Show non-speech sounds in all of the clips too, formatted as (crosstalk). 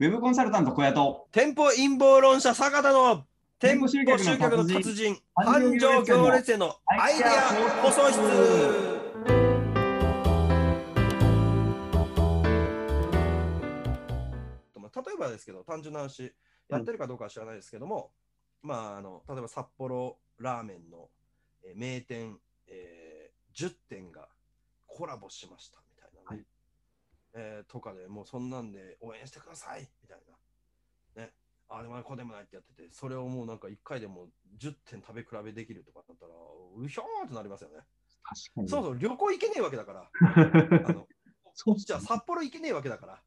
ウェブコンサルタント小屋と店舗陰謀論者坂田の店店舗舗集集客の達人客の達人繁繁盛盛行行列列へのアイデア放送室例えばですけど単純な話やってるかどうかは知らないですけども、まああの例えば札幌ラーメンの、えー名店、えー10店がコラボしましたみたいはなね、いえーとかでもうそんなんで応援してくださいみたいなあれもないこうでもないってやってて、それをもうなんか1回でも10点食べ比べできるとかだったら、うひょーってなりますよね。確かにそうそう、旅行行けねえわけ (laughs) だから、あのそうじゃあ札幌行けねえわけだから、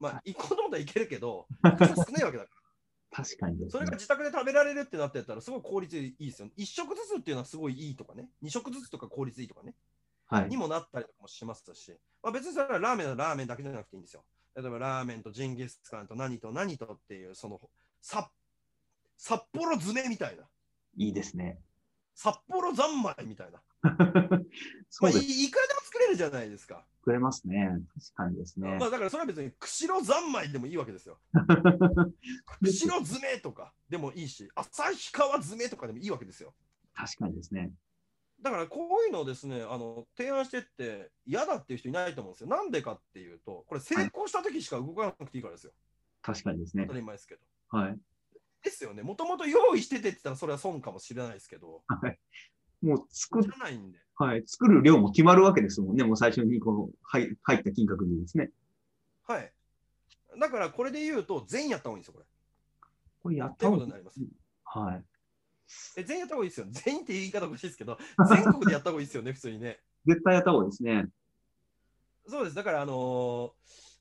まはあ、行こうと思ったら行ける (laughs) けど、数少ないわけだか確かにでら、すそね、れが自宅で食べられるってなってったら、すごい効率いいですよね。1食ずつっていうのはすごいいいとかね、2食ずつとか効率いいとかね、はいにもなったりとかもしますし、まあ、別にそれはラーメンはラーメンだけじゃなくていいんですよ。例えばラーメンとジンギスカンと何と何とっていう、その札札幌詰めみたいな。いいです (laughs) ね。札幌三昧みたいな。そまあ、うでいす。いくらでも作れるじゃないですか。くれますね。確かにですねま。あ、だからそれは別に釧路三昧でもいいわけですよ。釧路詰めとかでもいいし、旭川詰めとかでもいいわけですよ。 (laughs) 確かにですね。だからこういうのをですね、あの提案してって嫌だっていう人いないと思うんですよ。なんでかっていうと、これ成功した時しか動かなくていいからですよ。確かにですね当た。り前ですけど。はい。ですよね。もともと用意しててって言ったらそれは損かもしれないですけど、もう作っじ、ゃないんで。はい、作る量も決まるわけですもんね。もう最初にこの入入った金額にですね。はい。だからこれで言うと、全員やった方がいいんですよ、これ。これやっってたここととにな。ないります。はい。え全員やった方がいいですよ。全員って言い方おかしいですけど、全国でやった方がいいですよね、普通にね。絶対やった方がいいですね。そうです。だから、あのー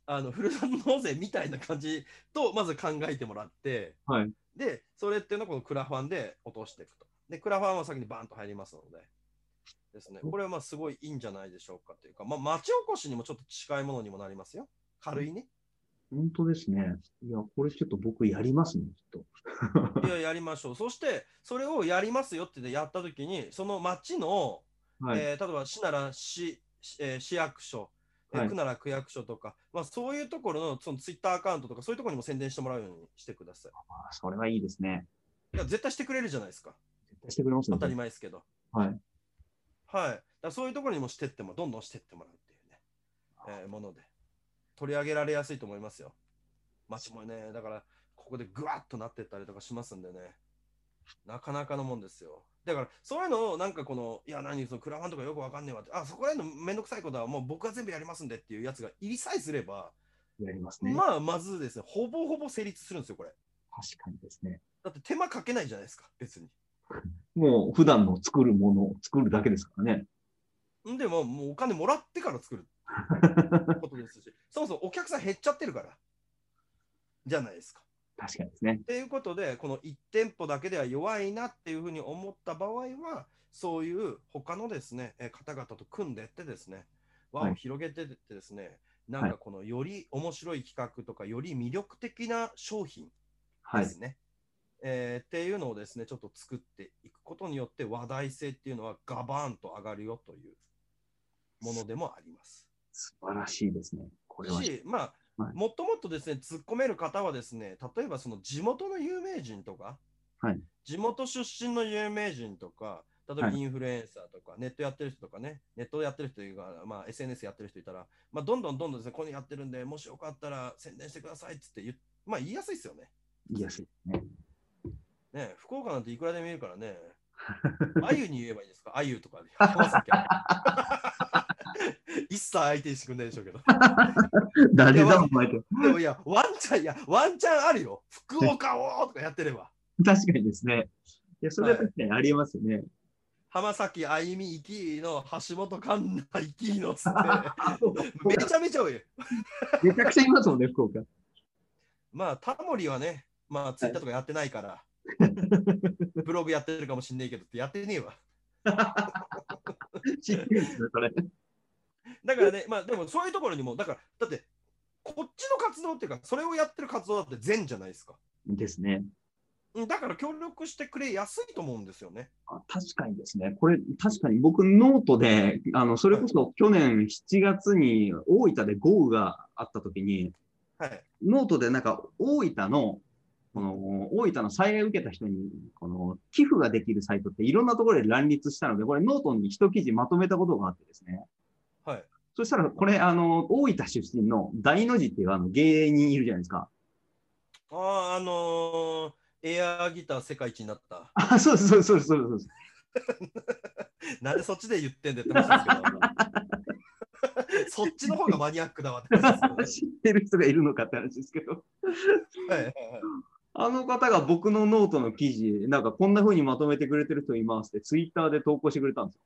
あの、ふるさと納税みたいな感じと、まず考えてもらって、はいで、それっていうのをこのクラファンで落としていくと。で、クラファンは先にバンと入りますので、ですね。これはまあ、すごいいいんじゃないでしょうかというか、まあ、町おこしにもちょっと近いものにもなりますよ。軽いね。本当ですね。いや、これちょっと僕やりますね、きっと。いや、やりましょう。そして、それをやりますよって言ってやったときに、その町の、はい。えー例えば市なら市,市、えー市役所、えーはい区なら区役所とか、まあ、そういうところのそのツイッターアカウントとか、そういうところにも宣伝してもらうようにしてください。あそれはいいですね。いや絶対してくれるじゃないですか、絶対してくれます当ね。たり前ですけど。はい。はい、だからそういうところにもしてっても、どんどんしてってもらうっていうね、えーもので、取り上げられやすいと思いますよ。街もね、だから、ここでぐわっとなってったりとかしますんでね、なかなかのもんですよ。だから、そういうのを、なんかこの、いや、何、そのクラファンとかよくわかんねえわって、あ、そこら辺のめんどくさいことは、もう僕が全部やりますんでっていうやつが入りさえすれば、やりますね。まあ、まずですね、ほぼほぼ成立するんですよ、これ。確かにですね。だって手間かけないじゃないですか、別に。もう普段の作るものを作るだけですからね。んでも、もうお金もらってから (laughs) 作ることですし、そもそもお客さん減っちゃってるから、じゃないですか。確かにですね。ということで、この1店舗だけでは弱いなっていうふうに思った場合は、そういう他のですね、えー方々と組んでってですね、輪はをい広げてってですね、なんかこのより面白い企画とか、より魅力的な商品はでい。すね、えーっていうのをですね、ちょっと作っていくことによって、話題性っていうのはガバーンと上がるよというものでもあります。素晴らしいですね。これは。し、まあ、はいもっともっとですね、突っ込める方はですね、例えばその地元の有名人とか、はい地元出身の有名人とか、例えばはいインフルエンサーとか、ネットやってる人とかね、ネットやってる人というか、まあ、SNS やってる人いたら、まあ、どんどんどんどんですね、これやってるんで、もしよかったら宣伝してくださいっつって言っ、まあ、言いやすいですよね。言いやすいですね。ね福岡なんていくらでもいるからね。あゆに言えばいいですかあゆとかで。浜崎あゆ (laughs) 一切相手にしてくんないでしょうけど。誰だ、お前と。でもいや、ワンチャン、いや、ワンチャンあるよ。福岡をとかやってれば。確かにですね。いや、それは確かにありますね。浜崎あゆみ行きの橋本環奈行きのっつってそうめちゃめちゃ多い。めちゃくちゃいますもんね、福岡。まあ、タモリはね、まあ、ツイッターとかやってないから、ブログやってるかもしんないけどってやってねえわ。知ってるんですね、それ。だからね、まあ、でもそういうところにも、だから、だって、こっちの活動っていうか、それをやってる活動だって善じゃないですか。ですね。うんだから協力してくれやすいと思うんですよね。あ確かにですね。これ、確かに僕、ノートで、あの、それこそ去年7月に大分で豪雨があった時に、はい。ノートでなんか大分の、この大分の災害を受けた人に、この寄付ができるサイトっていろんなところで乱立したので、これノートに一記事まとめたことがあってですね。はい。そしたら、これ、あの、大分出身の大の字っていうあの芸人いるじゃないですか。ああ、あのーエアーギター世界一になった。あ、そうですそうですそうですそうです。なんでそっちで言ってんだよって (laughs) 話ですけど。そっちの方がマニアックだわって話です知ってる人がいるのかって話ですけど、よね。はいはいはいあの方が僕のノートの記事、なんかこんな風にまとめてくれてる人いますって、ツイッターで投稿してくれたんです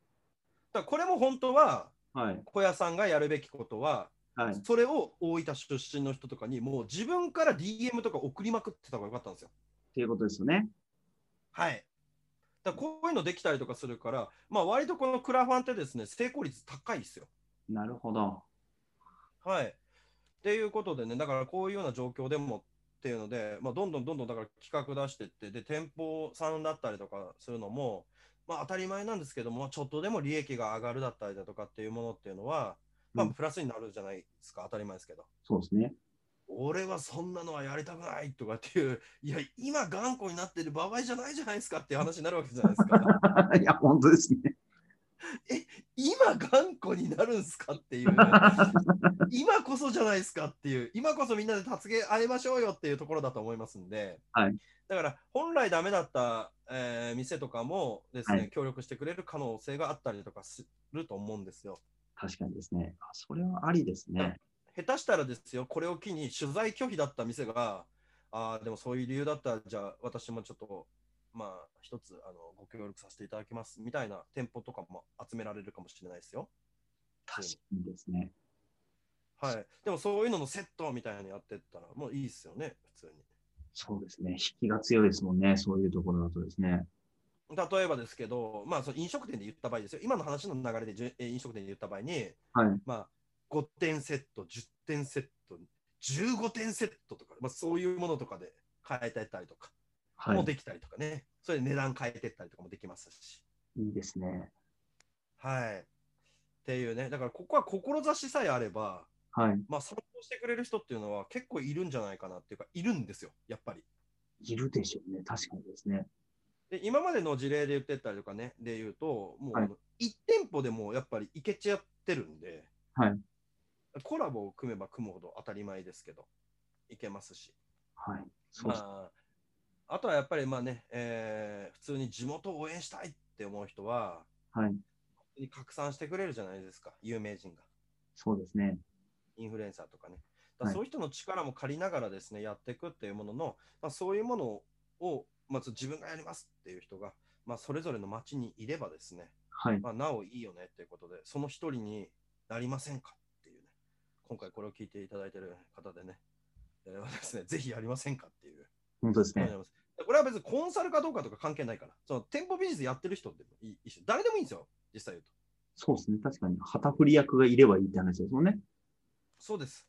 だからこれも本当はよ。はい。小屋さんがやるべきことは、はい。それを大分出身の人とかにもう自分から DM とか送りまくってた方がよかったんですよ。ということですよね。はい。だからこういうのできたりとかするから、まあ割とこのクラファンってですね、成功率高いですよ。なるほど。はい。っていうことでね、だからこういうような状況でもっていうので、まあ、どんどんどんどんだから企画出してって、で、店舗さんだったりとかするのも、まあ、当たり前なんですけども、ちょっとでも利益が上がるだったりだとかっていうものっていうのは、まあ、うんプラスになるじゃないですか、当たり前ですけど。そうですね。 (laughs) 俺はそんなのはやりたくないとかっていう、いや、今頑固になってる場合じゃないじゃないですかっていう話になるわけじゃないですか。いや、本当ですね。今頑固になるんすかっ (laughs) ていう、今こそじゃないですかっていう、今こそみんなで助け合いましょうよっていうところだと思いますんで、はいだから本来ダメだった、えー店とかもですね、はい協力してくれる可能性があったりとかすると思うんですよ。確かにですね。あそれはありですね。下手したらですよ、これを機に取材拒否だった店が、ああ、でもそういう理由だったら、じゃあ私もちょっと、まあ、一つあのご協力させていただきますみたいな店舗とかも集められるかもしれないですよ。確かにですね。はい、でもそういうののセットみたいなのやってったらもういいですよね、普通そうですね。引きが強いですもんね。そういうところだとですね。に。例えばですけど、まあ、その飲食店で言った場合ですよ、今の話の流れでじゅえー飲食店で言った場合に、はい。まあ、5点セット、10点セット、15点セットとか、まあ、そういうものとかで変えてったりとかはもい。できたりとかね、それで値段変えてったりとかもできますし。いいですね。はいっていうね、だからここは志さえあれば、はい。まあ、参考してくれる人っていうのは結構いるんじゃないかなっていうか、いるんですよ、やっぱり。いるでしょうね。確かにですね。で今までの事例で言ってったりとかね、で言うと、もう、はい1店舗でもやっぱりいけちゃってるんで、はいコラボを組めば組むほど当たり前ですけど、いけますし、はい。そうですまあ、あとはやっぱりまあね、えー普通に地元を応援したいって思う人は、はい。拡散してくれるじゃないですか、有名人が、そうですね。インフルエンサーとかね。はだからいそういう人の力も借りながらですね、やっていくっていうものの、まあ、そういうものを、まず自分がやりますっていう人が、まあ、それぞれの町にいればですね、はい。まあ、なおいいよねということで、その一人になりませんかっていうね、今回これを聞いていただいている方でね、えーですね、ぜひやりませんかっていう、本当ですことにねな。りますこれは別にコンサルかどうかとか関係ないから、その店舗ビジネスやってる人でもいいいいし、誰でもいいんですよ、実際言うと。そうですね。確かに、旗振り役がいればいいって話ですもんね。そうです。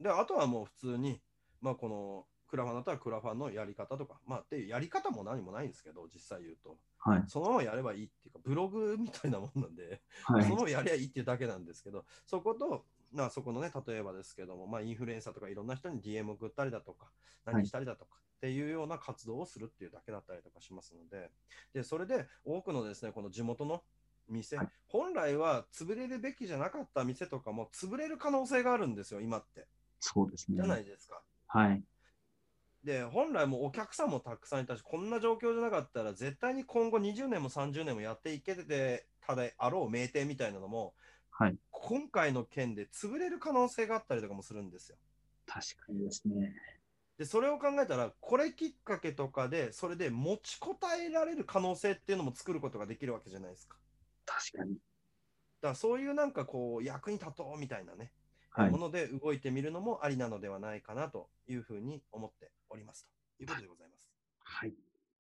で、あとはもう普通に、まあ、このクラファンだったらクラファンのやり方とか、まあ、っていうやり方も何もないんですけど、実際言うと、はい。そのままやればいいっていうか、ブログみたいなもんなんで。はいその。ままやりゃいいっていうだけなんですけど、そこと、まあ、そこのね、例えばですけども、まあ、インフルエンサーとかいろんな人に DM 送ったりだとか、い何したりだとか、っていうような活動をするっていうだけだったりとかしますので、で、それで多くのですね、この地元の店、はい本来は潰れるべきじゃなかった店とかも潰れる可能性があるんですよ、今って。そうですじねゃ。ないですか。はい。で本来もお客さんもたくさんいたしこんな状況じゃなかったら絶対に今後20年も30年もやっていけてたであろう名店みたいなのも、はい今回の件で潰れる可能性があったりとかもするんですよ。確かにですね。でそれを考えたらこれきっかけとかでそれで持ちこたえられる可能性っていうのも作ることができるわけじゃないですか。確かに。だからそういうなんかこう役に立とうみたいなね、はいも。ので動いてみるのもありなのではないかなというふうに思っておりますということでございます。はい。